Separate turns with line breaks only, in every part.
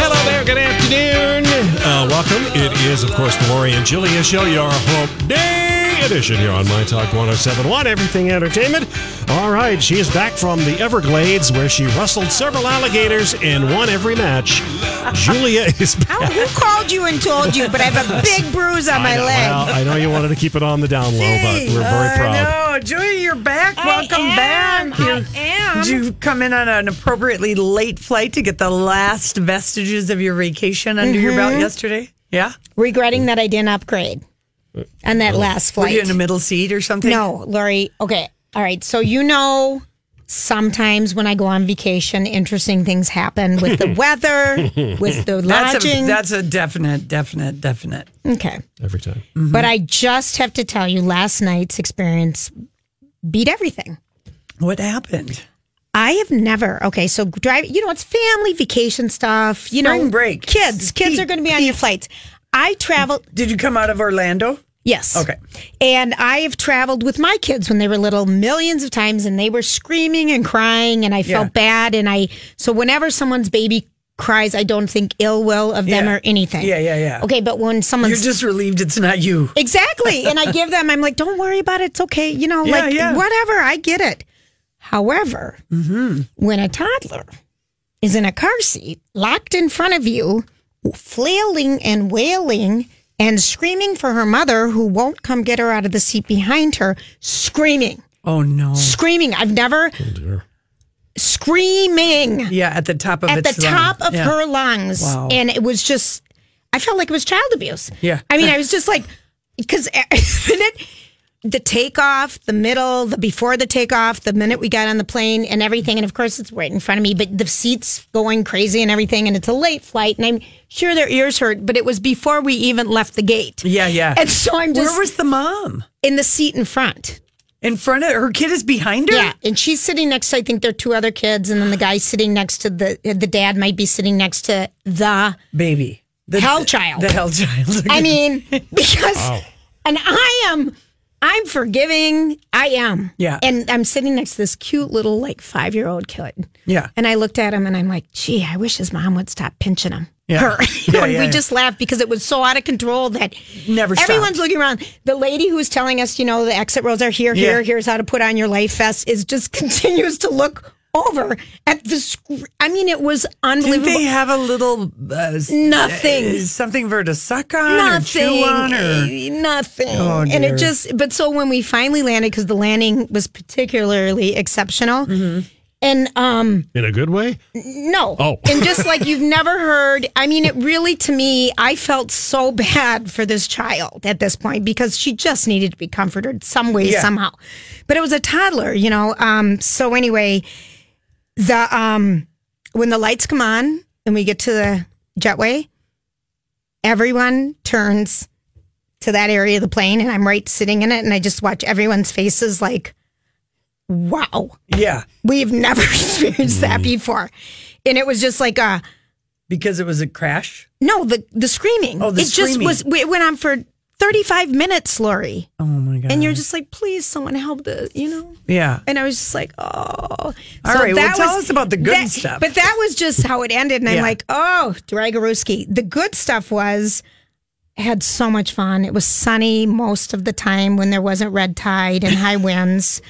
Hello there. Good afternoon. Uh, welcome. It is, of course, the Lori and Julia Show, your Hope Day edition here on My Talk 1071, Everything Entertainment. All right. She is back from the Everglades where she wrestled several alligators and won every match. Julia is back.
Who called you and told you? But I have a big bruise on my
I know,
leg.
well, I know you wanted to keep it on the down low, but we're very proud.
uh, No, Julia, you're back. Welcome
am.
back.
I
You-
am.
Did you come in on an appropriately late flight to get the last vestiges of your vacation under your
Mm-hmm.
belt yesterday? Yeah.
Regretting that I didn't upgrade on that last
Were
flight.
Uh, you in the middle seat or something?
no, Lori. Okay. All right. So you know, sometimes when I go on vacation, interesting things happen with the weather, with the
That's a,
lodging.
that's a definite, definite, definite.
okay.
Every time. Oh,
But I just have to tell you, last night's experience beat everything.
What happened?
I have never. Okay, so drive. You know, it's family vacation stuff. You know,
Spring break.
Kids, kids are going to be on your flights. I travel.
Did you come out of Orlando?
Yes.
Okay.
And I have traveled with my kids when they were little millions of times and they were screaming and crying and I felt bad and I so whenever someone's baby cries I don't think ill will of them
Yeah.
or anything.
Yeah, yeah, yeah.
Okay, but when someone's
You're just relieved it's not you.
Exactly. And I give them, I'm like, don't worry about it. It's okay. You know,
Yeah,
like
yeah.
whatever. I get it. However,
Mm-hmm.
when a toddler is in a car seat, locked in front of you, flailing and wailing and screaming for her mother who won't come get her out of the seat behind her, screaming,
Oh no.
screaming. I've never screaming
Yeah, at the top of
at
its
the
lung.
top of
Yeah.
her lungs,
Wow.
and it was just. I felt like it was child abuse.
Yeah.
I mean, I was just like, because the minute the takeoff, the middle, the before the takeoff, the minute we got on the plane and everything, and of course it's right in front of me, but the seats going crazy and everything, and it's a late flight, and I'm sure their ears hurt, but it was before we even left the gate.
Yeah, yeah.
And so I'm just
Where was the mom?
in the seat in front.
In front of her kid is behind her?
Yeah, and she's sitting next. to, I think there are two other kids, and then the guy sitting next to the the dad might be sitting next to the
Baby. The
Hell child.
The hell child.
I mean, because and I am I'm forgiving. I am.
Yeah.
And I'm sitting next to this cute little like five year old kid.
Yeah.
And I looked at him and I'm like, gee, I wish his mom would stop pinching him.
Yeah.
Her. You know,
Yeah,
and
yeah,
we
yeah.
just laughed because it was so out of control that
Never stopped.
everyone's looking around. The lady who's telling us, you know, the exit rows are here, here,
Yeah.
here's how to put on your life vest is just continues to look over at the scr- I mean, it was
Didn't
unbelievable.
they have a little uh, s-
Nothing.
uh, something for her to suck on or
nothing,
chew on or
eh, nothing.
Oh,
and
dear.
it just, but so when we finally landed, because the landing was particularly exceptional.
Mm-hmm.
And um
In a good way?
no,
Oh.
and just like you've never heard, I mean, it really to me, I felt so bad for this child at this point because she just needed to be comforted some way
Yeah.
somehow. But it was a toddler, you know. Um, so anyway, the um, when the lights come on and we get to the jetway, everyone turns to that area of the plane, and I'm right sitting in it, and I just watch everyone's faces like, wow.
yeah
We've never experienced
Mm.
that before. And it was just like uh
because it was a crash.
no, the the screaming.
Oh, the
it just
screaming.
was it went on for 35 minutes, Lori.
Oh my god!
And you're just like, "Please someone help this," you know?
yeah.
And I was just like, "Oh."
All right, well, tell us about the good
that-
stuff.
But that was just how it ended and
Yeah.
I'm like, "Oh, Dragaruski." The good stuff was I had so much fun. It was sunny most of the time when there wasn't red tide and high winds.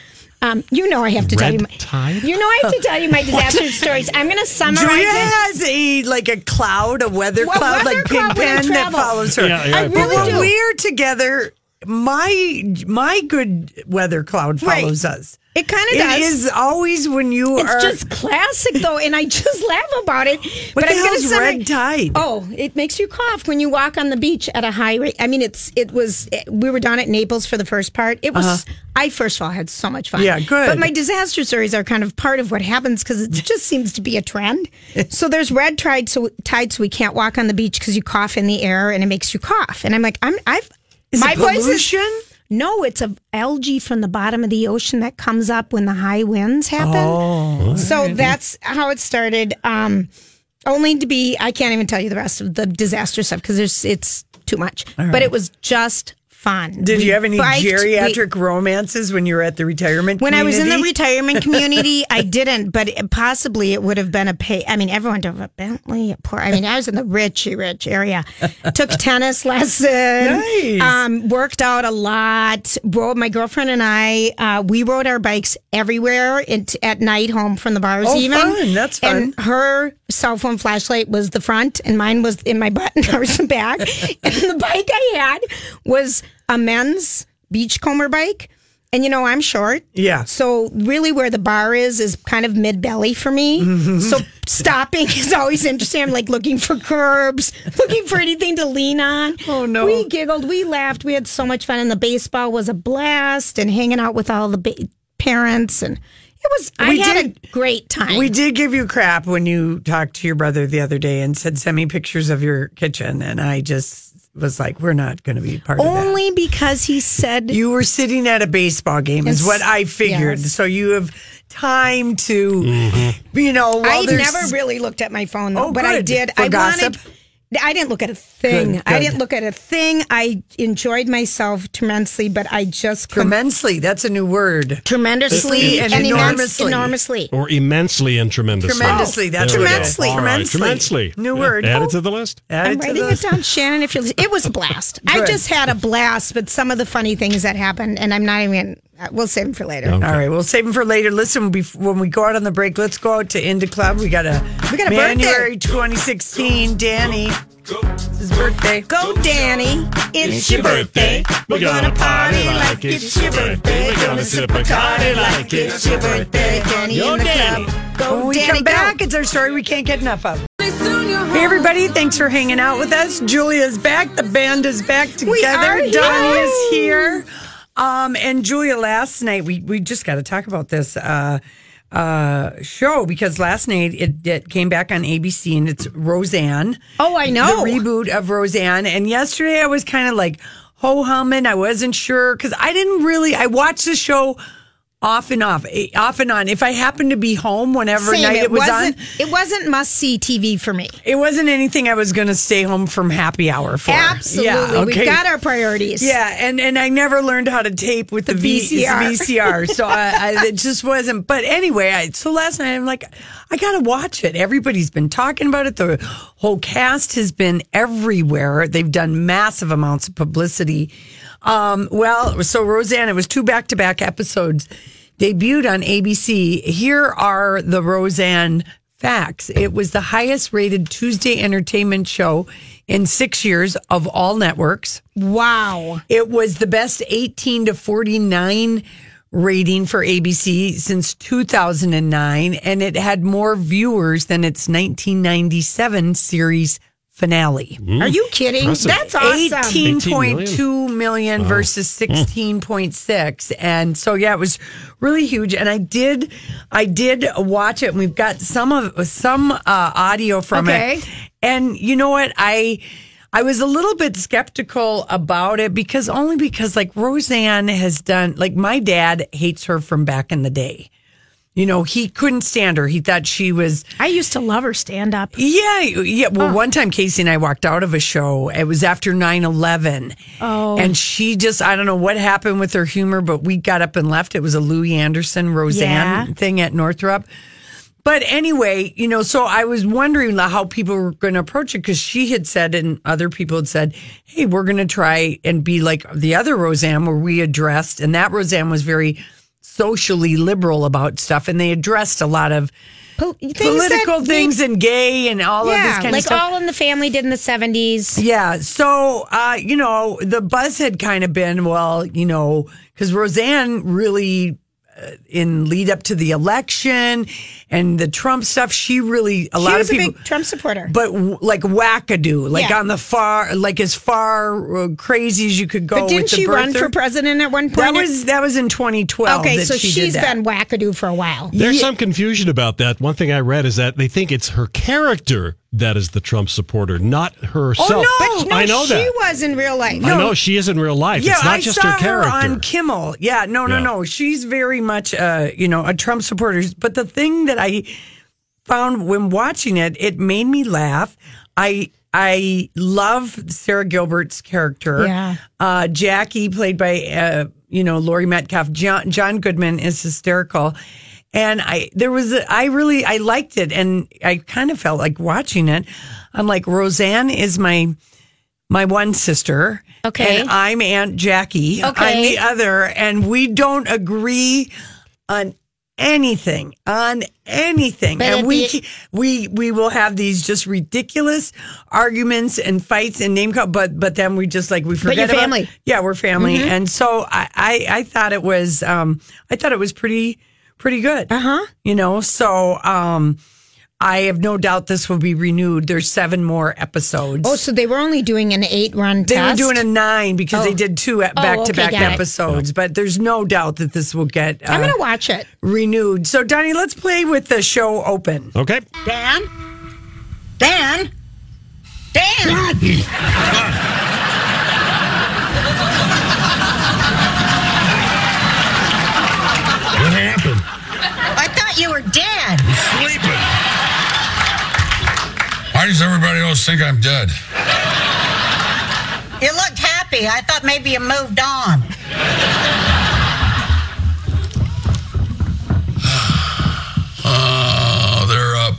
Um, you know I have to tell you.
Red
My,
tide?
you know I have to tell you my disaster stories. I'm going to summarize
Julia
it.
has a like a cloud, a weather
Well,
cloud,
weather
like
cloud when you
Pigpen that
travel.
follows her.
Yeah, yeah, I I
really
but when
do.
we're together, my my good weather cloud
Right.
follows us.
It kind of does.
It is always when you
It's
are
just classic though, and I just laugh about it.
What
but
the
I'm gonna
hell's
summar-
red tide?
Oh, it makes you cough when you walk on the beach at a high rate. I mean, it's it was it- we were down at Naples for the first part. It was I first of all had so much fun.
Uh-huh. Yeah, good.
But my disaster stories are kind of part of what happens because it just seems to be a trend. so there's red tide, so tide, so we can't walk on the beach because you cough in the air and it makes you cough. And I'm like, I'm I've
is
my
it
voice is
pollution.
no, it's a algae from the bottom of the ocean that comes up when the high winds happen.
Oh.
so that's how it started. Um, only to be, I can't even tell you the rest of the disaster stuff because there's it's too much. But it was just fun.
Did
We
you have any
biked- we-
geriatric romances when you were at the retirement?
when I was in the
community?
retirement community, I didn't, but it- possibly it would have been a pay. I mean, everyone drove a Bentley, a poor. I mean, I was in the richy rich area. Took tennis lesson.
Nice.
Um, worked out a lot. Rode my girlfriend and I. Uh, we rode our bikes everywhere and at night home from the bars.
Oh,
even
fun. That's fun.
And her cell phone flashlight was the front and mine was in my butt and hers the back. and the bike I had was a men's beachcomber bike. And you know, I'm short.
Yeah.
So really where the bar is is kind of mid belly for me. So stopping is always interesting. I'm like looking for curbs, looking for anything to lean on.
Oh, no.
We giggled, we laughed, we had so much fun and the baseball was a blast and hanging out with all the ba- parents and it was I
We
had
did-
a great time.
We did give you crap when you talked to your brother the other day and said, send me pictures of your kitchen. And I just was like, we're not going to be part of that.
Only because he said
You were sitting at a baseball game, is
Yes.
what I figured.
Yes.
So you have time to, you know, while
I
there's-
never really looked at my phone though,
Oh,
but I
good.
did.
For
I
gossip?
wanted. I didn't look at a thing.
Good,
I
good.
didn't look at a thing. I enjoyed myself tremendously, but I just couldn't-
Tremendously, that's a new word.
tremendously
And
and, enormously.
enormously.
enormously.
Or immensely and tremendously.
Tremendously, that's
There we go.
tremendously.
All right,
Tremendously.
Tremendously.
New word.
Added to the list.
Add
I'm
to
writing
the-
it down, Shannon. If you're, listening. it was a blast. I
Good.
just had a blast, but some of the funny things that happened, and I'm not even. We'll save them for later.
All right, we'll save them for later. Listen, bef- when we go out on the break, let's go out to Inda Club. We got a,
We got a birthday.
January 2016. Danny, it's his birthday.
Go, Danny. It's, your birthday.
We're gonna party like it's your birthday. We're gonna sip a party like it's your birthday.
Danny
Yo,
in the
Danny.
club. Go,
When we
Danny.
Oh, come
go.
back, it's our story we can't get enough of. Hey, everybody, thanks for hanging out with us. Julia's back. The band is back together.
are,
Donnie
yay!
is here. Um, and Julia, last night, we, we just got to talk about this uh, uh, show because last night it, it came back on ABC and it's Roseanne.
Oh, I know.
The reboot of Roseanne. And yesterday I was kind of like ho humming. I wasn't sure because I didn't really, I watched the show off and off, eh, off and on. If I happened to be home whenever
Same.
night it, was on,
wasn't, It wasn't must see TV for me.
it wasn't anything I was going to stay home from happy hour for.
Absolutely,
Yeah,
we've got our priorities.
yeah, and, and I never learned how to tape with the, v-
VCR.
VCR, so I, I it just wasn't. But anyway, I, so last night I'm like, I gotta watch it. Everybody's been talking about it. The whole cast has been everywhere. They've done massive amounts of publicity. Um, well, so Roseanne, it was two back to back episodes debuted on ABC. Here are the Roseanne facts. It was the highest rated Tuesday entertainment show in six years of all networks.
Wow.
It was the best 18 to 49 rating for ABC since 2009, and it had more viewers than its 1997 series finale.
Are you kidding?
Impressive.
That's awesome.
18.2 million versus 16.6 and so yeah it was really huge and i did i did watch it and we've got some of some uh, audio from
Okay.
it and you know what i i was a little bit skeptical about it because only because like roseanne has done like my dad hates her from back in the day you know he couldn't stand her he thought she was
I used to love her stand up.
yeah, yeah. Well, one time Casey and I walked out of a show. It was after 9-11.
Oh.
And she just, I don't know what happened with her humor, but we got up and left. It was a Louis Anderson, Roseanne
Yeah.
thing at Northrop. But anyway, you know, so I was wondering la- how people were going to approach it because she had said, and other people had said, hey, we're going to try and be like the other Roseanne where we addressed, and that Roseanne was very socially liberal about stuff, and they addressed a lot of
Pol- things
political
that we-
things and gay and all of this
yeah,
kind of
like
stuff.
all in the family did in the 70s.
Yeah. So, uh, you know, the buzz had kind of been, well, you know, because Roseanne really, uh, in lead up to the election and the Trump stuff, she really, a
She
lot
was
of people.
a big Trump supporter.
but w- like wackadoo, like
Yeah.
on the far, like as far uh, crazy as you could go.
but didn't
with the
she run
birther.
for president at one
That
point?
was that was in 2012.
okay,
that
so
she
she's
did that.
been wackadoo for a while.
There's some confusion about that. One thing I read is that they think it's her character that is the Trump supporter, not herself.
Oh, no! But
I know
she
that.
was in real life.
I know she is in real life.
Yeah,
it's not
I
just
saw
her character.
on Kimmel. Yeah, no, no,
Yeah.
no. She's very much, uh, you know, a Trump supporter. But the thing that I found when watching it, it made me laugh. I I love Sarah Gilbert's character.
Yeah.
Uh, Jackie, played by uh, you know Laurie Metcalf. John, John Goodman is hysterical. And I, there was, a, I really, I liked it, and I kind of felt like watching it. I'm like, Roseanne is my, my one sister.
Okay.
And I'm Aunt Jackie. I'm
Okay.
the other, and we don't agree on anything. On anything,
But
and
it'd
we
be-
ca- we we will have these just ridiculous arguments and fights and name call, but but then we just like we
you're
forget about-
family.
yeah, we're family, and so I, I I thought it was um I thought it was pretty pretty good. Uh huh. You know, so um. I have no doubt this will be renewed. There's seven more episodes.
Oh, so they were only doing an eight run
They
test. Oh.
were doing a nine because they did two at back to back
okay, got it.
episodes, but there's no doubt that this will get
I'm
uh,
going to watch it.
renewed. So, Donnie, let's play with the show open.
Okay.
Dan? Dan? Dan!
What happened?
I thought you were dead.
I'm sleeping. Why does everybody else think I'm dead?
You looked happy. I thought maybe you moved on.
Oh, they're up.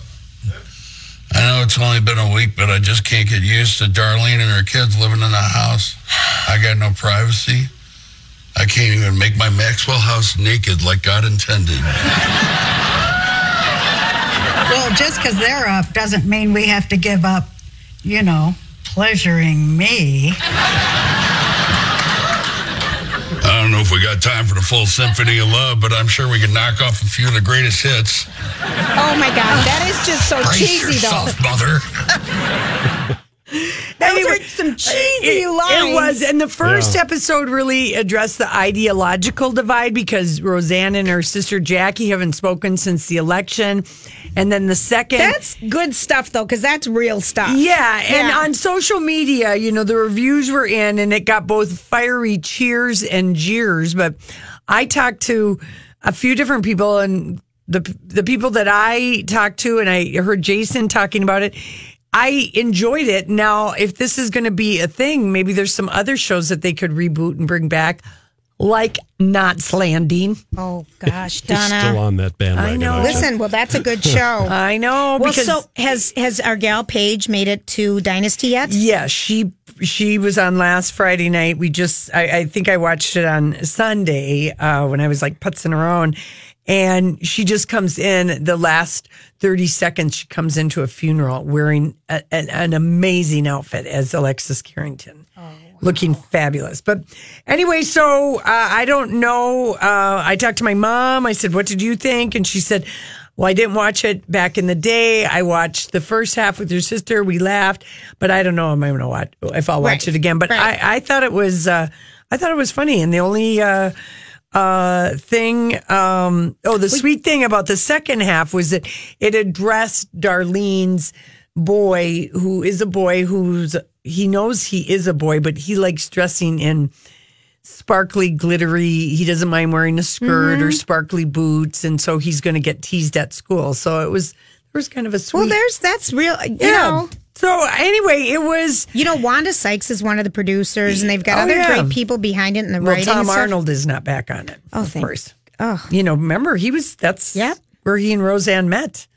I know it's only been a week, but I just can't get used to Darlene and her kids living in the house. I got no privacy. I can't even make my Maxwell house naked like God intended.
Well, just because they're up doesn't mean we have to give up, you know, pleasuring me.
I don't know if we got time for the full symphony of love, but I'm sure we can knock off a few of the greatest hits.
Oh my God. That is just so
Brace
cheesy, though.
yourself, mother.
Those
Anyway,
are some cheesy lines.
It was. And the first episode really addressed the ideological divide because Roseanne and her sister Jackie haven't spoken since the election. And then the second.
That's good stuff, though, because that's real stuff.
Yeah, and
Yeah.
on social media, you know, the reviews were in and it got both fiery cheers and jeers, but I talked to a few different people and the the people that I talked to and I heard Jason talking about it. I enjoyed it. Now, if this is going to be a thing, maybe there's some other shows that they could reboot and bring back like Not Landing.
Oh, gosh,
He's still
Donna.
on that bandwagon.
I know.
aren't you?
Listen, well, that's a good show.
I know
well,
Uh, because
so has has our gal Paige made it to Dynasty yet?
Yeah, she she was on last Friday night. We just I, I think I watched it on Sunday uh, when I was like putzing around, and she just comes in the last thirty seconds. She comes into a funeral wearing a, an, an amazing outfit as Alexis Carrington. Oh, Looking fabulous. But anyway, so uh, I don't know. Uh, I talked to my mom. I said, What did you think? And she said, well, I didn't watch it back in the day. I watched the first half with your sister. We laughed, but I don't know if I'm gonna watch if I'll watch
Right.
it again. But
Right.
I, I thought it was uh, I thought it was funny. And the only uh, uh, thing, um, oh, the sweet thing about the second half was that it addressed Darlene's boy, who is a boy who's he knows he is a boy, but he likes dressing in sparkly, glittery. He doesn't mind wearing a skirt
Mm-hmm.
or sparkly boots, and so he's going to get teased at school. So it was there was kind of a sweet.
Well, there's that's real. You know,
So anyway, it was.
you know, Wanda Sykes is one of the producers, and they've got
Oh,
other
yeah.
great people behind it in the
Well,
writing. and
Tom
stuff.
Arnold is not back on it.
Oh,
of
thank-
course.
Oh.
you know, remember he was that's
Yep.
where he and Roseanne met.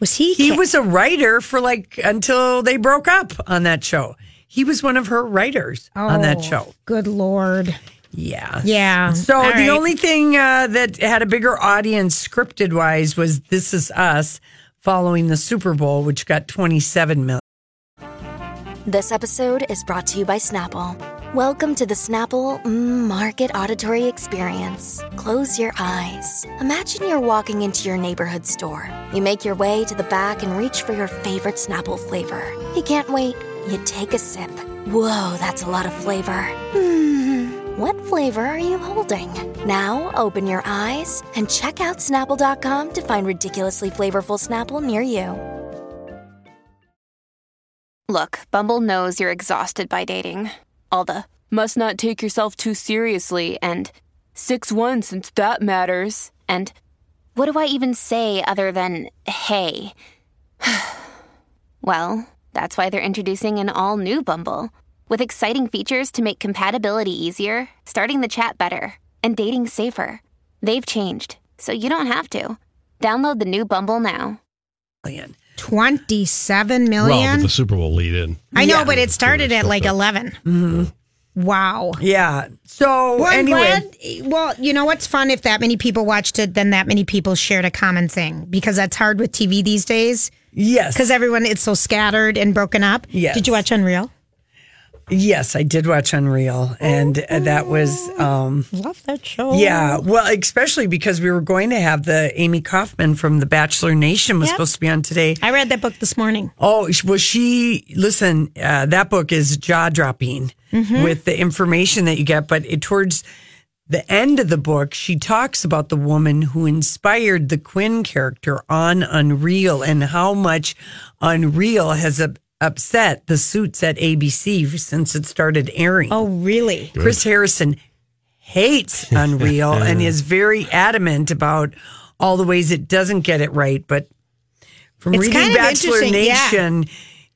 was he?
He
ca-
was a writer for like until they broke up on that show. He was one of her writers on that
Oh,
show.
Good lord.
Yeah.
Yeah.
So
All
the
right.
only thing uh, that had a bigger audience scripted wise was This Is Us following the Super Bowl, which got 27 million.
This episode is brought to you by Snapple. Welcome to the Snapple mm, Market Auditory Experience. Close your eyes. Imagine you're walking into your neighborhood store. You make your way to the back and reach for your favorite Snapple flavor. You can't wait. You take a sip. Whoa, that's a lot of flavor. Hmm. What flavor are you holding? Now open your eyes and check out Snapple.com to find ridiculously flavorful Snapple near you.
Look, Bumble knows you're exhausted by dating. All the must not take yourself too seriously and 6 1 since that matters. And
What do I even say other than hey? well, that's why they're introducing an all new Bumble with exciting features to make compatibility easier, starting the chat better, and dating safer. They've changed, so you don't have to. Download the new Bumble now.
Twenty-seven
Well,
million.
with the Super Bowl lead in.
I know,
Yeah.
but it started at like 11
Mm-hmm.
Wow.
Yeah. So
Well, I'm
anyway.
glad- well, you know what's fun? If that many people watched it, then that many people shared a common thing because that's hard with TV these days
Yes.
because everyone it's so scattered and broken up.
Yes.
Did you watch Unreal?
Yes, I did watch Unreal, and
Oh.
uh, that was um,
Love that show.
yeah. Well, especially because we were going to have the Amy Kaufman from The Bachelor Nation was
Yep.
supposed to be on today.
I read that book this morning.
Oh, sh- well, she listen. Uh, that book is jaw dropping with the information that you get, but it towards the end of the book, she talks about the woman who inspired the Quinn character on Unreal and how much Unreal has up- upset the suits at ABC since it started airing.
Oh, really?
Chris Harrison hates Unreal and is very adamant about all the ways it doesn't get it right. But from
It's
reading
kind of
Bachelor
interesting, yeah.
Nation,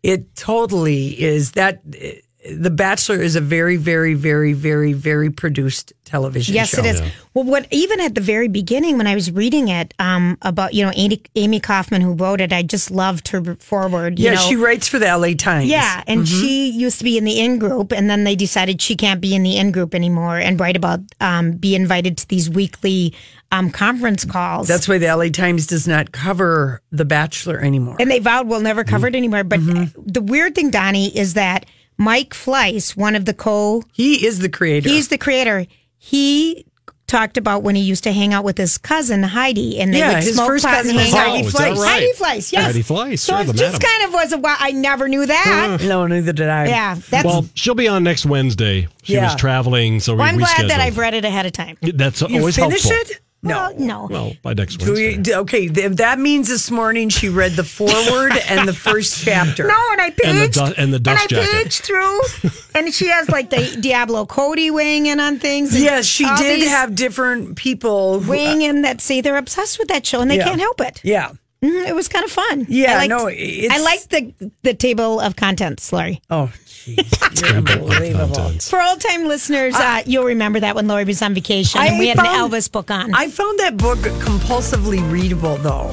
it totally is that The Bachelor is a very, very, very, very, very produced television
Yes,
show.
it is. Well, what even at the very beginning when I was reading it um, about you know Amy, Amy Kaufman who wrote it, I just loved her forward. You
Yeah,
know?
she Mm-hmm. writes for the LA Times.
Yeah, and she used to be in the in group, and then they decided she can't be in the in group anymore and write about um, be invited to these weekly um, conference calls.
That's why the LA Times does not cover The Bachelor anymore.
and they vowed we'll never cover
Mm-hmm.
it anymore. But uh, the weird thing, Donnie, is that Mike Fleiss, one of the co,
he is the creator.
he's the creator. He talked about when he used to hang out with his cousin Heidi, and they
Yeah,
would
his
smoke
first
pot
cousin
and
was
hang out.
Heidi
Oh, is that
Fleiss.
right?
Heidi Fleiss, yes.
Heidi Fleiss,
So
or
it
the
just
madam. Uh-huh.
kind of was a wow. I never knew that.
no, neither did I.
Yeah, that's.
Well, she'll be on next Wednesday. She
Yeah.
was traveling, so we
I'm glad that
rescheduled.
I've read it ahead of time.
That's
You
always
finish
helpful.
it? No.
Well, no.
Well, by next
Do we,
Wednesday.
d- okay, th- that means this morning she read the foreword and the first chapter.
No, and I paged
And the du- and the dust
I
jacket.
paged through, and she has like the Diablo Cody weighing in on things. and
Yes, she
all
did
these
have different people. who-
weighing in that say they're obsessed with that show and they
Yeah.
can't help it.
yeah.
Mhm, it was kind of fun.
Yeah,
I liked,
no, it's-
I liked the the table of contents, Lori.
Oh, jeez. You're unbelievable.
Contents.
For old time listeners, uh, you'll remember that when Lori was on vacation
I
and we had an
found-
Elvis book on.
I found that book compulsively readable, though.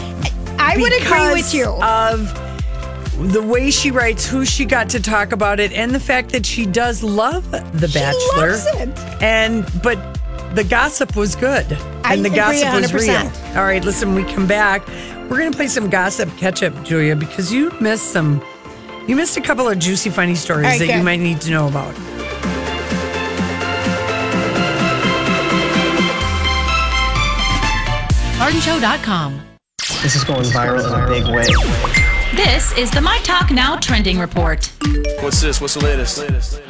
I would agree with
because uh,
you.
Of the way she writes, who she got to talk about it, and the fact that she does love The Bachelor.
loves it.
And but the gossip was good.
I
and the
agree
gossip was real.
100%.
All right, listen, we come back. We're gonna play some gossip catch up, Julia, because you missed some you missed a couple of juicy funny stories
All right,
that you
good.
might need to know about.
GardenShow.com.
This is going viral in a big way.
This is the My Talk Now trending report.
What's this? What's the latest?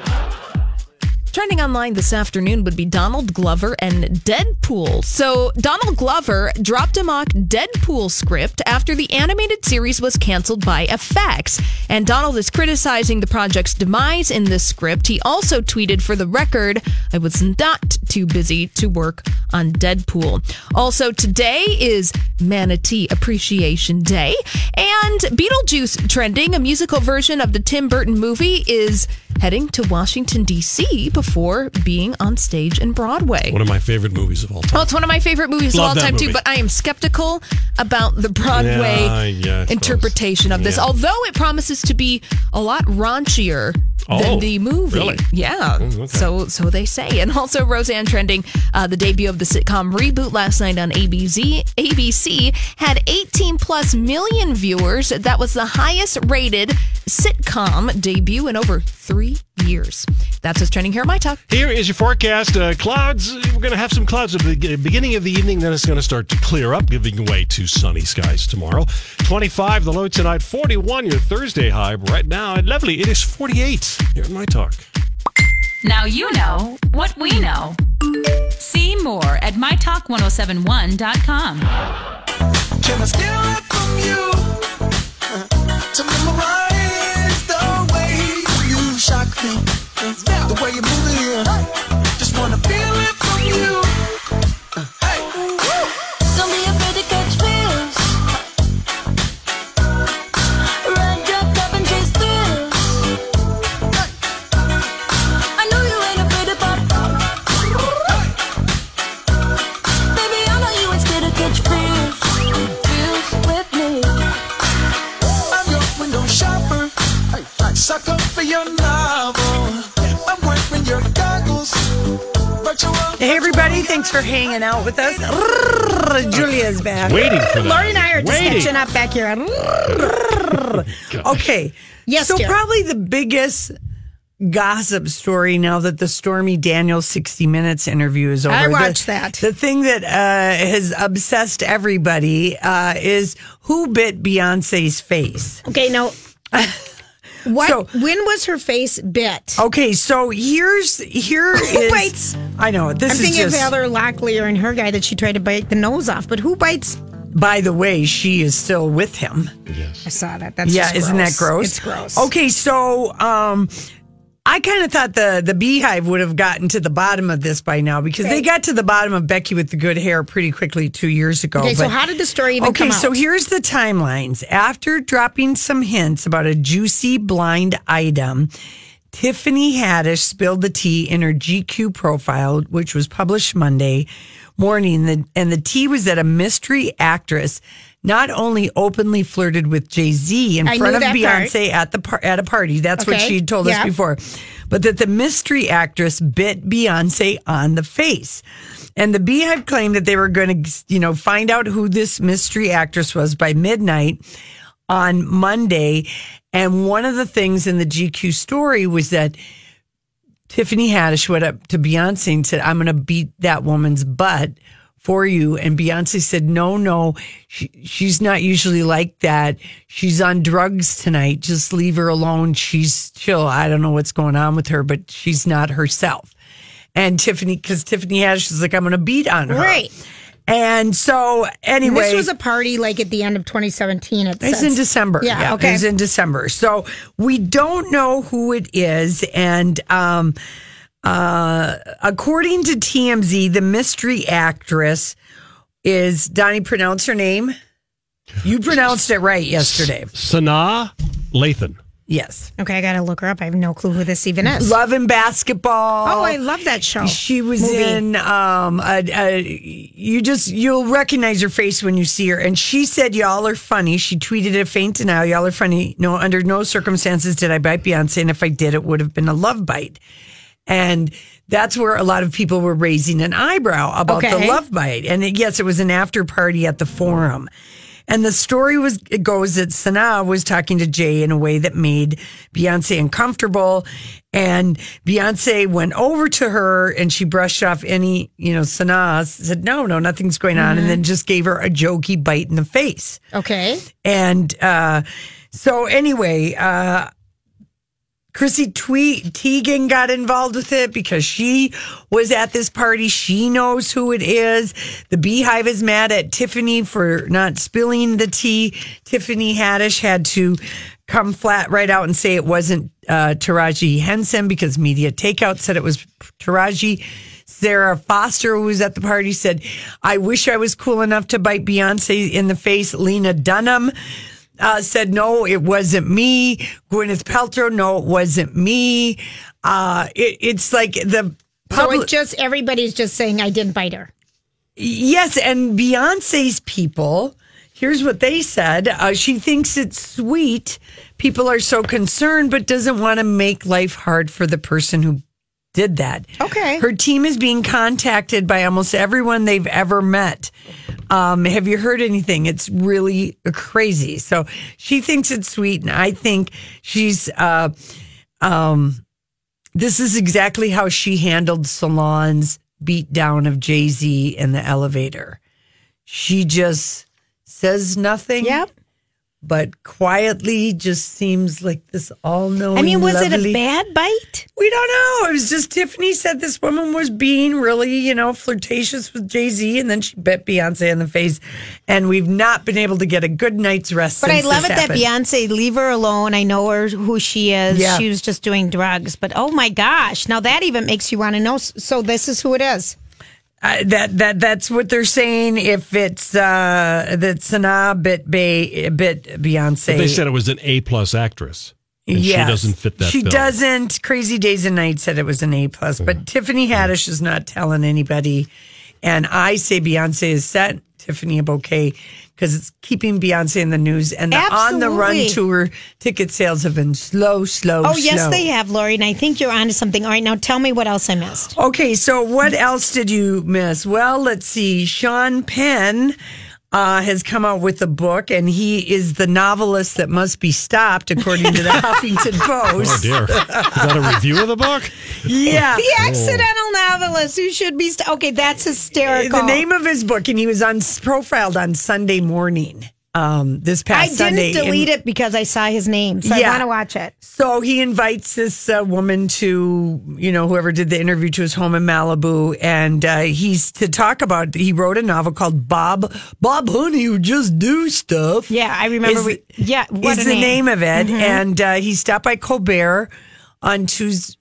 Trending online this afternoon would be Donald Glover and Deadpool. So, Donald Glover dropped a mock Deadpool script after the animated series was canceled by FX. And Donald is criticizing the project's demise in this script. He also tweeted, for the record, I was not too busy to work on Deadpool. Also, today is Manatee Appreciation Day. And Beetlejuice Trending, a musical version of the Tim Burton movie, is heading to Washington, D.C. before being on stage in Broadway.
One of my favorite movies of all time.
Well, it's one of my favorite movies
Love
of all
that
time,
movie.
too, but I am skeptical about the Broadway Oh,
Yeah, yeah, I suppose.
interpretation of this,
Yeah.
although it promises to be a lot raunchier Uh, than
Oh,
the movie.
really?
Oh,
Yeah.
Mm, okay.
So so they say. And also Roseanne trending, uh, the debut of the sitcom reboot last night on ABC. ABC had 18 plus million viewers. That was the highest rated sitcom debut in over three years. That's what's trending here on my talk.
Here is your forecast. Uh, clouds, we're going to have some clouds at the be- beginning of the evening. Then it's going to start to clear up, giving way to sunny skies tomorrow. 25 the low tonight, 41 your Thursday high. Right now, and lovely, it is 48 here in my talk.
Now you know what we know. See more at mytalk1071.com. Can I steal it from you?
To memorize the way you shock me, the way you move it, just wanna feel it from you. Hey, don't be afraid to catch feels. Ride your cup and chase thrills. I know you ain't afraid of pop. Baby, I know you ain't scared to catch feels. Feels with me. I'm your window shopper. Sucker for your novel. I'm wearing your goggles. Virtual.
Hey, everybody. Thanks for hanging out with us. Rrrr, Julia's back.
Waiting for that.
Lori and I are just
Waiting.
catching up back here. Rrrr. okay.
Yes,
So,
dear.
probably the biggest gossip story now that the Stormy Daniels 60 Minutes interview is over.
I
The-
watched that.
The thing that uh, has obsessed everybody uh, is who bit Beyonce's face.
Okay, now what? when was her face bit?
Okay, so here's here is.
bites?
I know this
I'm
is
thinking
just.
of Heather Locklear and her guy that she tried to bite the nose off. But who bites?
By the way, she is still with him.
I saw that. That's
yeah,
just
isn't that gross?
It's gross.
Okay, so um, I kind of thought the the beehive would have gotten to the bottom of this by now because they
Right.
got to the bottom of Becky with the good hair pretty quickly two years ago.
Okay, so
but-
how did the story even
okay,
come
so
out?
here's the timelines. After dropping some hints about a juicy blind item, Tiffany Haddish spilled the tea in her GQ profile, which was published Monday morning. The, and the tea was that a mystery actress not only openly flirted with Jay Z in
I
front
knew
of
that
Beyonce
part.
at the par- at a party. That's what
Okay,
she had told us
yeah.
before, but that the mystery actress bit Beyonce on the face. And the Beehive claimed that they were going to, you know, find out who this mystery actress was by midnight on Monday. And one of the things in the GQ story was that Tiffany Haddish went up to Beyonce and said, I'm going to beat that woman's butt for you. And Beyonce said, No, no, she, she's not usually like that. She's on drugs tonight. Just leave her alone. She's chill. I don't know what's going on with her, but she's not herself. And Tiffany, because Tiffany Haddish was like, I'm going to beat on her.
Right.
And so,
And
anyway.
this was a party like at the end of 2017. It
It's in
says.
December.
Yeah.
It
okay.
was in December. So we don't know who it is. And um, uh, according to TMZ, the mystery actress is Donnie, pronounce her name. You pronounced it right yesterday.
Sanaa Lathan.
Yes.
okay, I gotta look her up. I have no clue who this even is.
Love and basketball.
Oh, I love that show.
She was
Movie.
in. Um, a, a, you just you'll recognize her face when you see her. And she said, "Y'all are funny." She tweeted a faint denial. Y'all are funny. No, under no circumstances did I bite Beyonce, and if I did, it would have been a love bite. And that's where a lot of people were raising an eyebrow about the
Okay.
love bite. And it, yes, it was an after party at the forum. And the story was it goes that Sanaa was talking to Jay in a way that made Beyonce uncomfortable, and Beyonce went over to her and she brushed off any you know Sanaa said no no nothing's going on and then just gave her a jokey bite in the face.
Okay.
And uh, so anyway, uh, Chrissy Tweet Teigen got involved with it because she was at this party. She knows who it is. The Beehive is mad at Tiffany for not spilling the tea. Tiffany Haddish had to come flat right out and say it wasn't uh, Taraji Henson because media takeout said it was Taraji. Sarah Foster, who was at the party, said, I wish I was cool enough to bite Beyonce in the face. Lena Dunham uh, said, no, it wasn't me. Gwyneth Paltrow, no, it wasn't me. Uh, it, it's like the
So
public.
it's just everybody's just saying I didn't bite her.
Yes, and Beyonce's people, here's what they said. Uh, she thinks it's sweet people are so concerned, but doesn't want to make life hard for the person who did that. Okay. Her team is being contacted by almost everyone they've ever met. Um, have you heard anything? It's really crazy. So she thinks it's sweet, and I think she's. Uh, um, this is exactly how she handled Salon's beatdown of Jay Z in the elevator. She just says nothing. Yep. But quietly just seems like this all knowing.
I mean, was it a bad bite?
We don't know. It was just Tiffany said this woman was being really, you know, flirtatious with Jay Z, and then she bit Beyonce in the face. And we've not been able to get a good night's rest.
But I
since
love it
this
that
happened.
Beyonce leave her alone. I know her who she is.
Yeah.
She was just doing drugs. But oh my gosh, now that even makes you want to know. S- So this is who it is.
Uh, that that that's what they're saying. If it's uh, that Sanaa bit Bay bit Beyonce,
But they said it was an A plus actress. And
Yes.
she doesn't fit that
She
bill.
doesn't. Crazy Days and Nights said it was an A plus, but Tiffany Haddish is not telling anybody. And I say Beyonce has sent Tiffany a bouquet because it's keeping Beyonce in the news. And the on the run
Absolutely.
tour ticket sales have been slow, slow.
Oh, yes,
slow.
they have, Lori, and I think you're onto something. All right, now tell me what else I missed.
Okay, so what else did you miss? Well, let's see. Sean Penn uh, has come out with a book, and he is the novelist that must be stopped, according to the Huffington Post.
Oh dear! Is that a review of the book?
Yeah.
The accidental novelist who should be. St- okay, that's hysterical.
The name of his book, and he was on profiled on Sunday morning. Um, this
I
past
didn't
Sunday.
delete
And-
it because I saw his name, so I
Yeah.
want to watch it.
So he invites this uh, woman to, you know, whoever did the interview to his home in Malibu, and uh, he's to talk about. He wrote a novel called Bob Bob Honey, who just do stuff.
Yeah, I remember.
Is-
we, yeah, what
is
a
the name, of it,
Mhm.
and uh, he stopped by Colbert on Tuesday,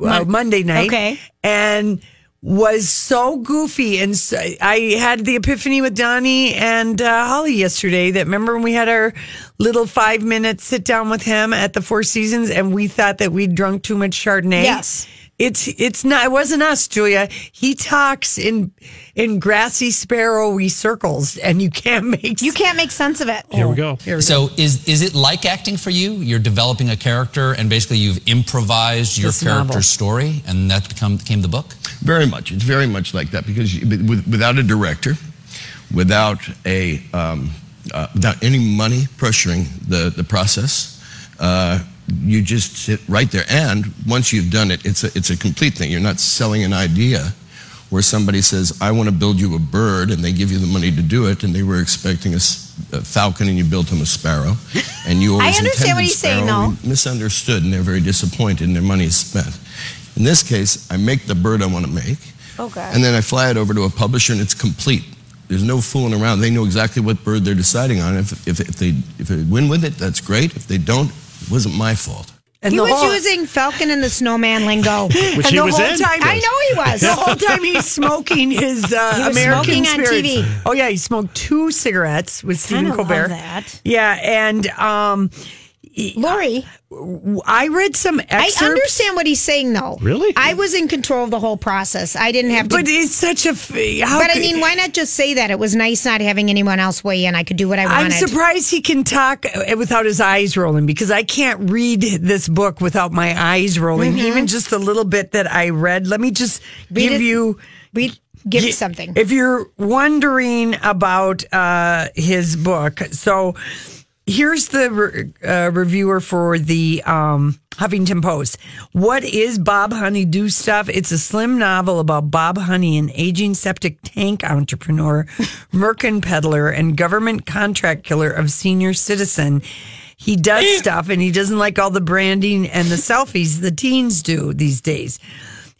uh,
Mon-
Monday night,
Okay.
and was so goofy. And so, I had the epiphany with Donnie and uh, Holly yesterday. That remember when we had our little five minute sit down with him at the Four Seasons, and we thought that we'd drunk too much Chardonnay.
Yes.
It's it's not it wasn't us, Julia. He talks in in grassy sparrowy circles, and you can't make you
can't make sense of it.
Here we go.
So is is it like acting for you? You're developing a character, and basically you've improvised your
This novel.
character's story, and that become, became the book.
Very much. It's very much like that because you, with, without a director, without a um, uh, without any money pressuring the the process, uh, you just sit right there. And once you've done it, it's a it's a complete thing. You're not selling an idea. Where somebody says, "I want to build you a bird," and they give you the money to do it, and they were expecting a, s- a falcon, and you built them a sparrow, and you
I
always
understand what
intended
he's saying,
sparrow,
though.
and misunderstood and they're very disappointed and their money is spent. In this case, I make the bird I want to make,
Okay.
and then I fly it over to a publisher and it's complete. There's no fooling around. They know exactly what bird they're deciding on. If, if, if, they, if they win with it, that's great. If they don't, it wasn't my fault.
he
the
was
whole-
using Falcon and the Snowman lingo.
Which he was in.
I know he was.
The whole time he's smoking his uh,
He was
American
smoking on
spirits.
TV.
Oh yeah, he smoked two cigarettes with Stephen
kinda love
Colbert.
that.
Yeah, and um,
Lori,
I read some. Excerpts.
I understand what he's saying, though.
Really?
I was in control of the whole process. I didn't have to.
But it's such a. f- how
but I
could-
mean, why not just say that? It was nice not having anyone else weigh in. I could do what I wanted.
I'm surprised he can talk uh, without his eyes rolling because I can't read this book without my eyes rolling.
Mhm.
Even just the little bit that I read. Let me just give you
read give
you
something.
If you're wondering about uh, his book, so here's the re- uh, reviewer for the um, Huffington Post. What is Bob Honey Do Stuff? It's a slim novel about Bob Honey, an aging septic tank entrepreneur, merkin peddler, and government contract killer of senior citizen. He does stuff and he doesn't like all the branding and the selfies the teens do these days.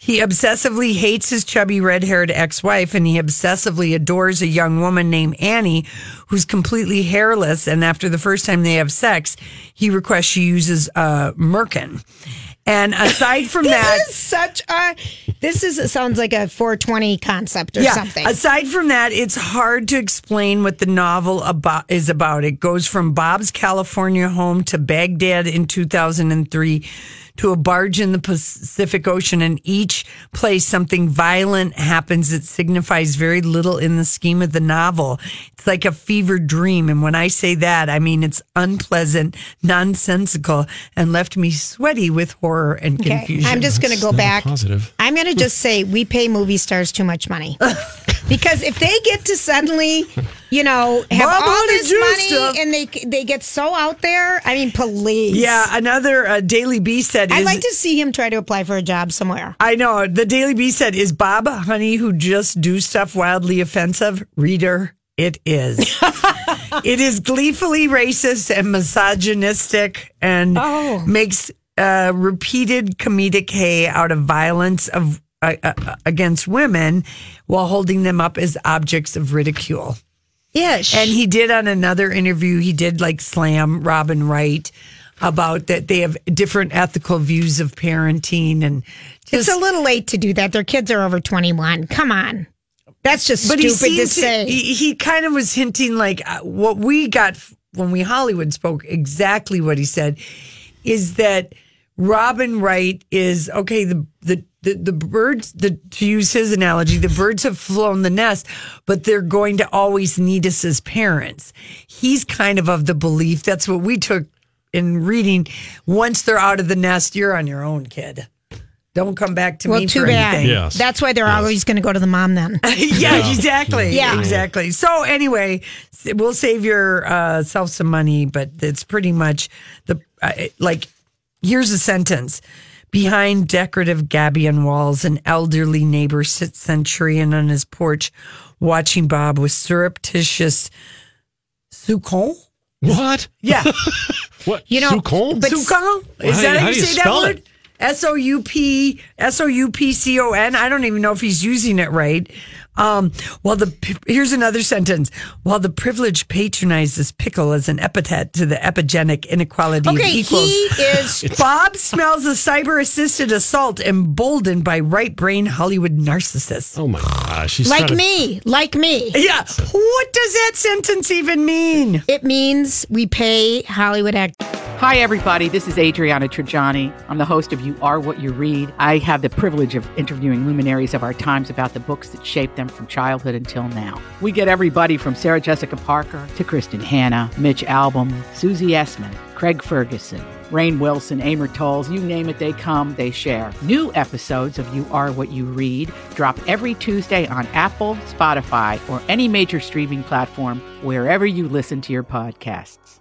He obsessively hates his chubby red haired ex wife and he obsessively adores a young woman named Annie who's completely hairless. And after the first time they have sex, he requests she uses uh, Merkin. And aside from
this
that,
is such a. This is it sounds like a 420 concept or something.
Aside from that, it's hard to explain what the novel about is about. It goes from Bob's California home to Baghdad in 2003 to a barge in the Pacific Ocean and each place something violent happens that signifies very little in the scheme of the novel. It's like a fever dream. And when I say that, I mean it's unpleasant, nonsensical, and left me sweaty with horror and
Okay,
confusion.
I'm just going to go back.
Positive.
I'm going to just say we pay movie stars too much money. because if they get to suddenly, you know, have
Bob
all
wanted
this
you
money
stuff.
and they they get so out there, I mean, please.
Yeah, another uh, Daily Beast said.
I'd
is-
like to see him try to apply for a job somewhere.
I know. The Daily Beast said, Is Bob a honey who just do stuff wildly offensive? Reader, it is. it is gleefully racist and misogynistic and
Oh.
makes uh, repeated comedic hay out of violence of uh, uh, against women while holding them up as objects of ridicule.
Ish.
And he did on another interview, he did like slam Robin Wright about that they have different ethical views of parenting and
it's a little late to do that. Their kids are over 21. Come on. That's just stupid to
seemed
say.
He, he kind of was hinting like uh, what we got f- when we Hollywood spoke exactly what he said is that Robin Wright is okay the the the, the birds the to use his analogy the birds have flown the nest but they're going to always need us as parents. He's kind of of the belief that's what we took in reading once they're out of the nest you're on your own kid. Don't come back to
well,
me
too
for
bad.
anything.
That's why they're always going to go to the mom then.
yeah, exactly.
Yeah.
Yeah, exactly. So anyway, s- we'll save yourself some money, but it's pretty much the uh, like. Here's a sentence: behind decorative gabion walls, an elderly neighbor sits centurion on his porch, watching Bob with surreptitious soucon.
What?
Yeah.
what?
You know,
Soucon?
But soucon? Is
How-
that how,
how
you
do you
say that
spell
word?
it?
S O U P S O U P C O N. I don't even know if he's using it right. Um, while the p- here's another sentence. While the privileged patronizes pickle as an epithet to the epigenic inequality
Okay,
of
he
equals,
is-
Bob smells a cyber-assisted assault emboldened by right-brain Hollywood narcissists.
Oh my gosh, she's
like
trying to-
me, like me.
Yeah. What does that sentence even mean?
It means we pay Hollywood act.
Hi, everybody. This is Adriana Trajani. I'm the host of You Are What You Read. I have the privilege of interviewing luminaries of our times about the books that shaped them from childhood until now. We get everybody from Sarah Jessica Parker to Kristen Hanna, Mitch Albom, Susie Essman, Craig Ferguson, Rain Wilson, Amor Tolls, you name it, they come, they share. New episodes of You Are What You Read drop every Tuesday on Apple, Spotify, or any major streaming platform wherever you listen to your podcasts.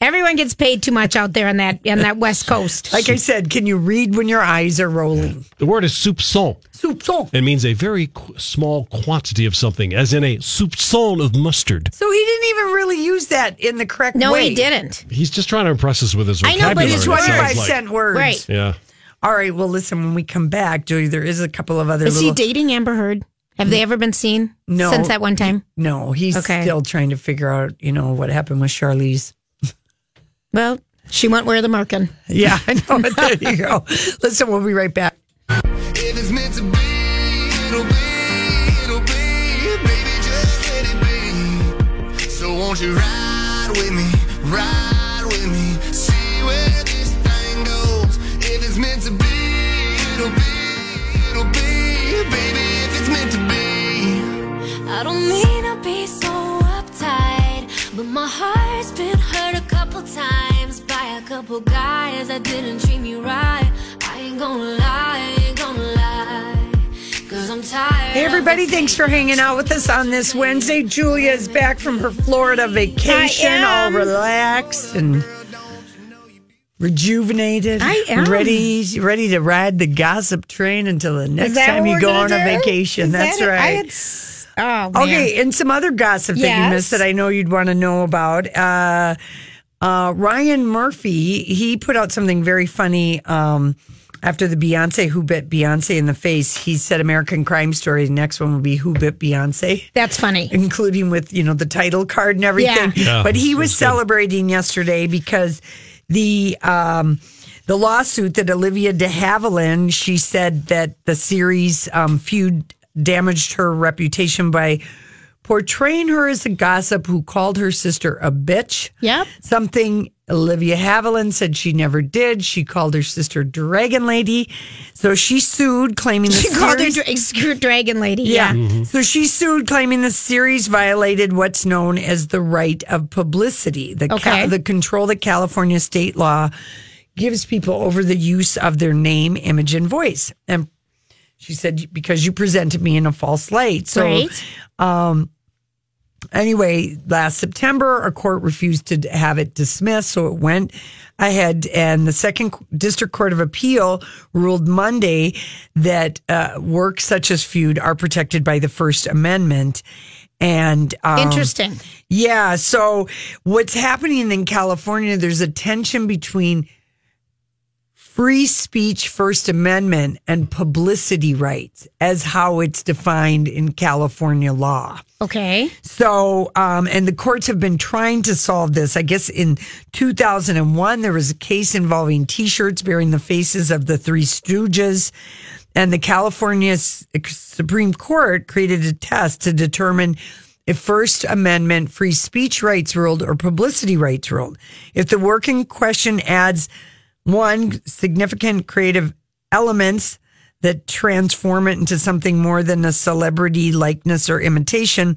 Everyone gets paid too much out there on that on that West Coast.
Like I said, can you read when your eyes are rolling?
The word is soupçon.
Soupçon.
It means a very qu- small quantity of something, as in a soupçon of mustard.
So he didn't even really use that in the correct
No,
way.
he didn't.
He's just trying to impress us with his
I know,
vocabulary.
but it's
it sounds
25
like.
cent words. Right.
Yeah.
All right. Well, listen, when we come back, Julie, there is a couple of other
Is he
little.
dating Amber Heard? Have they ever been seen
No.
since that one time?
no, he's
Okay.
still trying to figure out, you know, what happened with Charlize.
Well, she went where the merkin.
Yeah, I know. But there you go. Listen, we'll be right back.
If it's meant to be, it'll be, it'll be. Baby, just let it be. So won't you ride with me, ride with me, see where this thing goes. If it's meant to be, it'll be, it'll be. Baby, if it's meant to be.
I don't mean to be so uptight, but my heart's been hurt a couple times by a couple guys that didn't treat me right. I ain't gonna lie, ain't gonna lie, cause I'm tired.
Hey, everybody, thanks for hanging out with us on this Wednesday. Julia is back from her Florida vacation, all relaxed and rejuvenated.
I am.
Ready, ready to ride the gossip train until the next
that
time
what
you
we're
go
gonna
on a
do?
vacation.
Is
That's
that it?
right.
I had s- oh, man.
Okay, and some other gossip that
Yes.
you missed that I know you'd want to know about. Uh, uh, Ryan Murphy, he put out something very funny um, after the Beyonce Who Bit Beyonce in the Face, he said American Crime Story. The next one will be Who Bit Beyonce.
That's funny.
Including with, you know, the title card and everything.
Yeah.
but he was
That's good.
celebrating yesterday because the um the lawsuit that Olivia de Havilland, she said that the series um, feud damaged her reputation by portraying her as a gossip who called her sister a bitch.
Yep.
Something Olivia Havilland said she never did. She called her sister Dragon Lady. So she sued, claiming the
She called her
series-
dra- excuse- Dragon Lady.
yeah. Mm-hmm.
Yeah.
So she sued, claiming the series violated what's known as the right of publicity, the,
Okay.
the control that California state law gives people over the use of their name, image, and voice. And she said, because you presented me in a false light. So,
Right.
um, anyway, last September, a court refused to have it dismissed, so it went ahead, and the Second District Court of Appeal ruled Monday that uh, works such as feud are protected by the First Amendment. And um,
Interesting.
yeah. So, what's happening in California? There's a tension between free speech First Amendment and publicity rights as how it's defined in California law.
Okay.
So, um, and the courts have been trying to solve this. I guess in 2001, there was a case involving t shirts bearing the faces of the Three Stooges. And the California S- Supreme Court created a test to determine if First Amendment free speech rights ruled or publicity rights ruled. If the work in question adds one significant creative elements that transform it into something more than a celebrity likeness or imitation,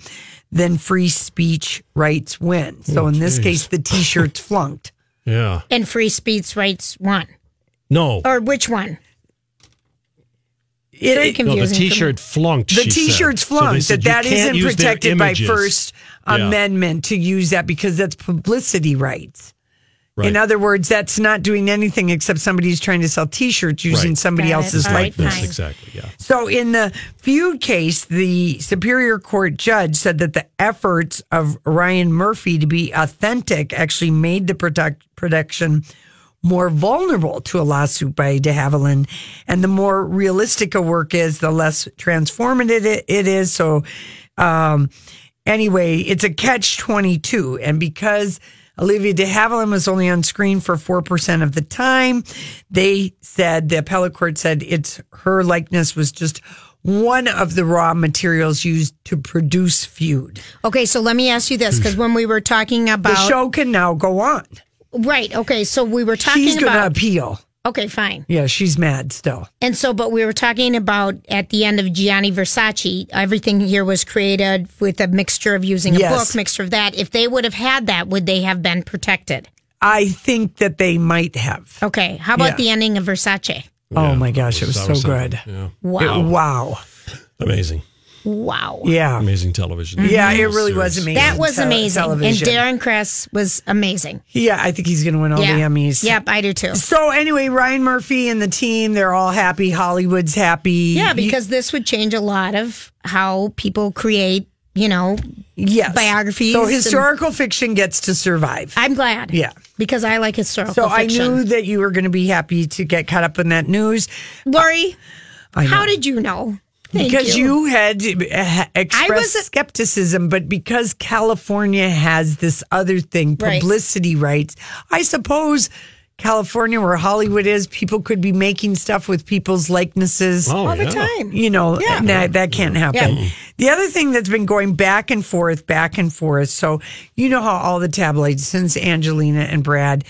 then free speech rights win. So
Oh,
in this
geez.
case, the t-shirts flunked.
Yeah.
And free speech rights one.
No.
Or which one?
It,
Very confusing.
No, the
for me.
T-shirt flunked.
The
she said.
t-shirts
So they
flunked
said you
that that
can't
isn't
use their
protected by
images.
First
Yeah.
Amendment to use that because that's publicity rights.
Right.
In other words, that's not doing anything except somebody's trying to sell T-shirts using
Right.
somebody else's likeness.
Yes, exactly. Yeah.
So, in the feud case, the Superior Court judge said that the efforts of Ryan Murphy to be authentic actually made the product, production more vulnerable to a lawsuit by de Havilland. And the more realistic a work is, the less transformative it, it is. So, um, anyway, it's a catch 22. And because Olivia de Havilland was only on screen for 4% of the time, they said, the appellate court said it's her likeness was just one of the raw materials used to produce feud.
Okay, so let me ask you this because when we were talking about
the show can now go on.
right, okay, so we were talking
She's going to
about
appeal.
okay, fine,
Yeah, she's mad still.
and so but we were talking about at the end of Gianni Versace, everything here was created with a mixture of using a
Yes.
book, mixture of that. If they would have had that, would they have been protected?
I think that they might have.
Okay, how about
Yeah.
the ending of Versace?
oh my gosh, it was so good.
Yeah.
Wow.
It- wow.
Amazing.
Wow.
Yeah.
Amazing television.
Yeah, it really was amazing.
That was
Tele-
amazing.
television.
And Darren Kress was amazing.
Yeah, I think he's going to win all the Emmys.
Yep, I do too.
So anyway, Ryan Murphy and the team, they're all happy. Hollywood's happy.
Yeah, because this would change a lot of how people create, you know,
yes.
biographies.
So
and-
historical fiction gets to survive.
I'm glad.
Yeah.
Because I like historical
So I
fiction.
knew that you were going to be happy to get caught up in that news.
Lori,
I know.
how did you know? Thank
because you, had uh, expressed skepticism, but because California has this other thing,
Right.
publicity rights, I suppose California, where Hollywood is, people could be making stuff with people's likenesses
Oh, All the yeah. time.
You know,
Yeah.
that, that can't happen.
Yeah.
The other thing that's been going back and forth, back and forth. So, you know how all the tabloids, since Angelina and Brad,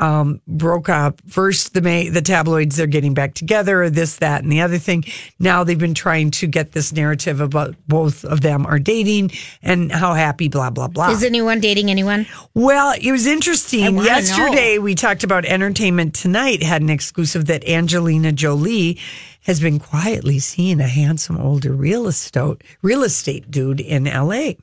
um, broke up. First, the ma- the tabloids they're getting back together, or this, that, and the other thing. Now they've been trying to get this narrative about both of them are dating and how happy, blah blah blah.
Is anyone dating anyone?
Well, it was interesting.
wanna
Yesterday, we talked about Entertainment Tonight had an exclusive that Angelina Jolie has been quietly seeing a handsome older real estate real estate dude in L.A.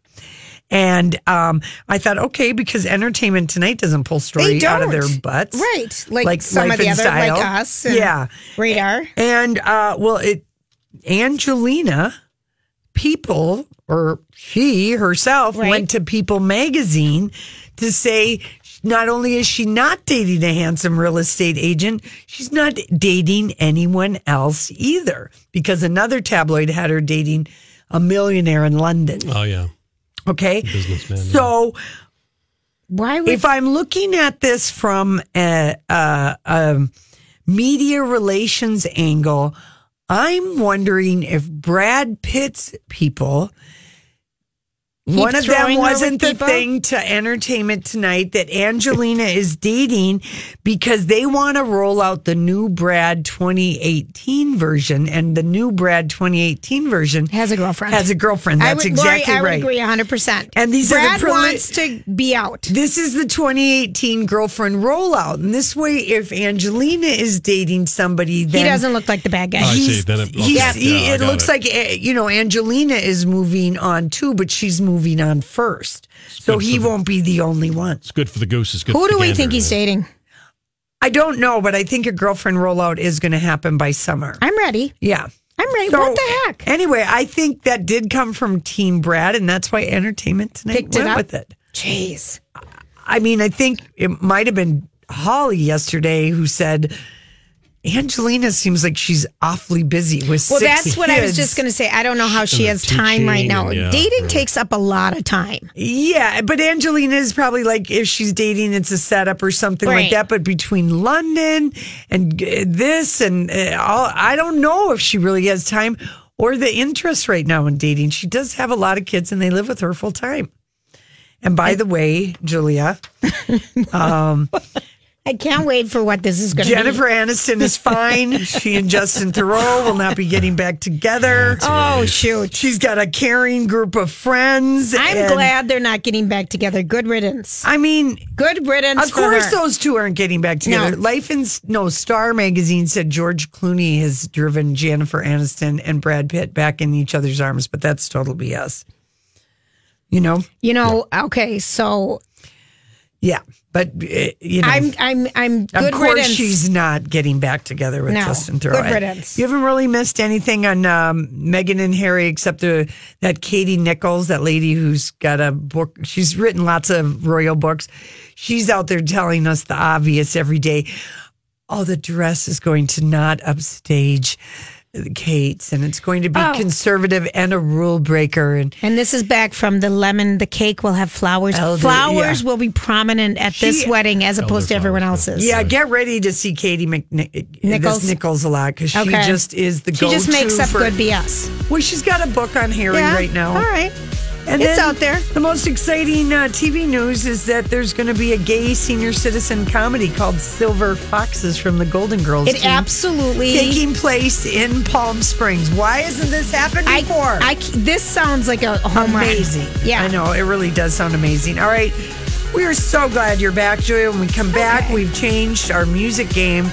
And um, I thought, okay, because Entertainment Tonight doesn't pull
They
stories
don't.
out of their butts,
Right. Like, some
Life
of the
and
other,
Style.
like us. and
yeah.
Radar.
And uh, well, it Angelina people or she herself went to People magazine to say not only is she not dating a handsome real estate agent, she's not dating anyone else either because another tabloid had her dating a millionaire in London.
Oh yeah,
Okay.
businessman. yeah.
So why if I'm looking at this from a, a, a media relations angle, I'm wondering if Brad Pitt's people
Keep
one of
throwing
them
her with
wasn't the
people?
thing to entertainment tonight that Angelina is dating because they want to roll out the new Brad 2018 version, and the new Brad 2018 version has a girlfriend. Has a girlfriend.
I
That's
would- Lori,
exactly
I would
right.
agree 100%.
And these are
Brad
the preli-
wants to be out.
This is the 2018 girlfriend rollout, and this way, if Angelina is dating somebody, then
doesn't look like the bad guy. Oh, I see.
He's-
Then it- okay.
he's-
Yeah,
he-
I
it
got
looks
it.
like eh, you know Angelina is moving on too, but she's moving on first, so
good
he won't be the only one.
It's good for the goose. It's good.
Who
for
do
the
we think
gander.
he's dating? I don't know, but I think a girlfriend rollout is going to happen by summer.
I'm ready.
Yeah.
I'm ready.
what the heck? Anyway, I think that did come from Team Brad, and that's why Entertainment Tonight
Picked it
went
up?
with it.
Jeez.
I mean, I think it might have been Holly yesterday who said, Angelina seems like she's awfully busy with
Well,
six
that's what I was
kids."
just going to say. I don't know how she
And
has
the
time right
teaching
now.
and, yeah,
Dating
right.
takes up a lot of time.
Yeah, but Angelina is probably like if she's dating, it's a setup or something
Right.
like that. But between London and uh, this and uh, all, I don't know if she really has time or the interest right now in dating. She does have a lot of kids, and they live with her full time. And by the way, Julia, um,
I can't wait for what this is going to be.
Jennifer Aniston is fine. she and Justin Thoreau will not be getting back together.
Oh, shoot.
She's got a caring group of friends.
I'm
and-
glad they're not getting back together. Good riddance.
I mean,
good riddance.
Of
for
course,
her.
those two aren't getting back together.
No.
Life in S- no Star magazine said George Clooney has driven Jennifer Aniston and Brad Pitt back in each other's arms, but that's total BS. You know,
You know, okay, so
yeah, but uh, you know,
I'm I'm I'm good
of course
riddance.
she's not getting back together with
No,
Justin Theroux.
good riddance.
You haven't really missed anything on um, Megan and Harry except the, that Katie Nichols, that lady who's got a book. She's written lots of royal books. She's out there telling us the obvious every day. Oh, the dress is going to not upstage Kate's, and it's going to be
Oh.
conservative and a rule breaker. And
and this is back from the lemon. The cake will have flowers.
Elder-
flowers
Oh, yeah.
will be prominent at this
She-
wedding as opposed to everyone else's.
Yeah, get ready to see Katie McNichols
Nichols.
Nichols. Nichols a lot because she
Okay.
just is the
She
go-to.
just makes up
for-
good BS.
Well, she's got a book on Harry
Yeah,
right now.
all right.
and
It's
then
out there.
The most exciting uh, TV news is that there's going to be a gay senior citizen comedy called Silver Foxes from the Golden Girls.
It
team,
absolutely-
taking place in Palm Springs. Why isn't this happened
I-
before?
I c- this sounds like a home run.
amazing. Yeah. I know. It really does sound amazing. All right. We are so glad you're back, Julia. When we come back, we've changed our music game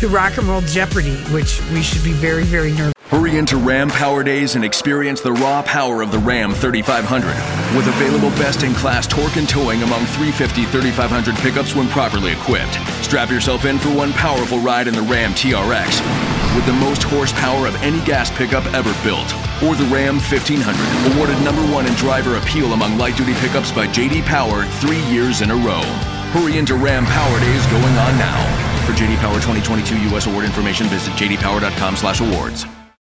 to Rock and Roll Jeopardy, which we should be very, very nervous.
Hurry into Ram Power Days and experience the raw power of the Ram 3500 with available best in class torque and towing among 350 3500 pickups when properly equipped. Strap yourself in for one powerful ride in the Ram TRX with the most horsepower of any gas pickup ever built or the Ram 1500 awarded number 1 in driver appeal among light duty pickups by JD Power 3 years in a row. Hurry into Ram Power Days going on now. For JD Power 2022 US award information visit jdpower.com/awards.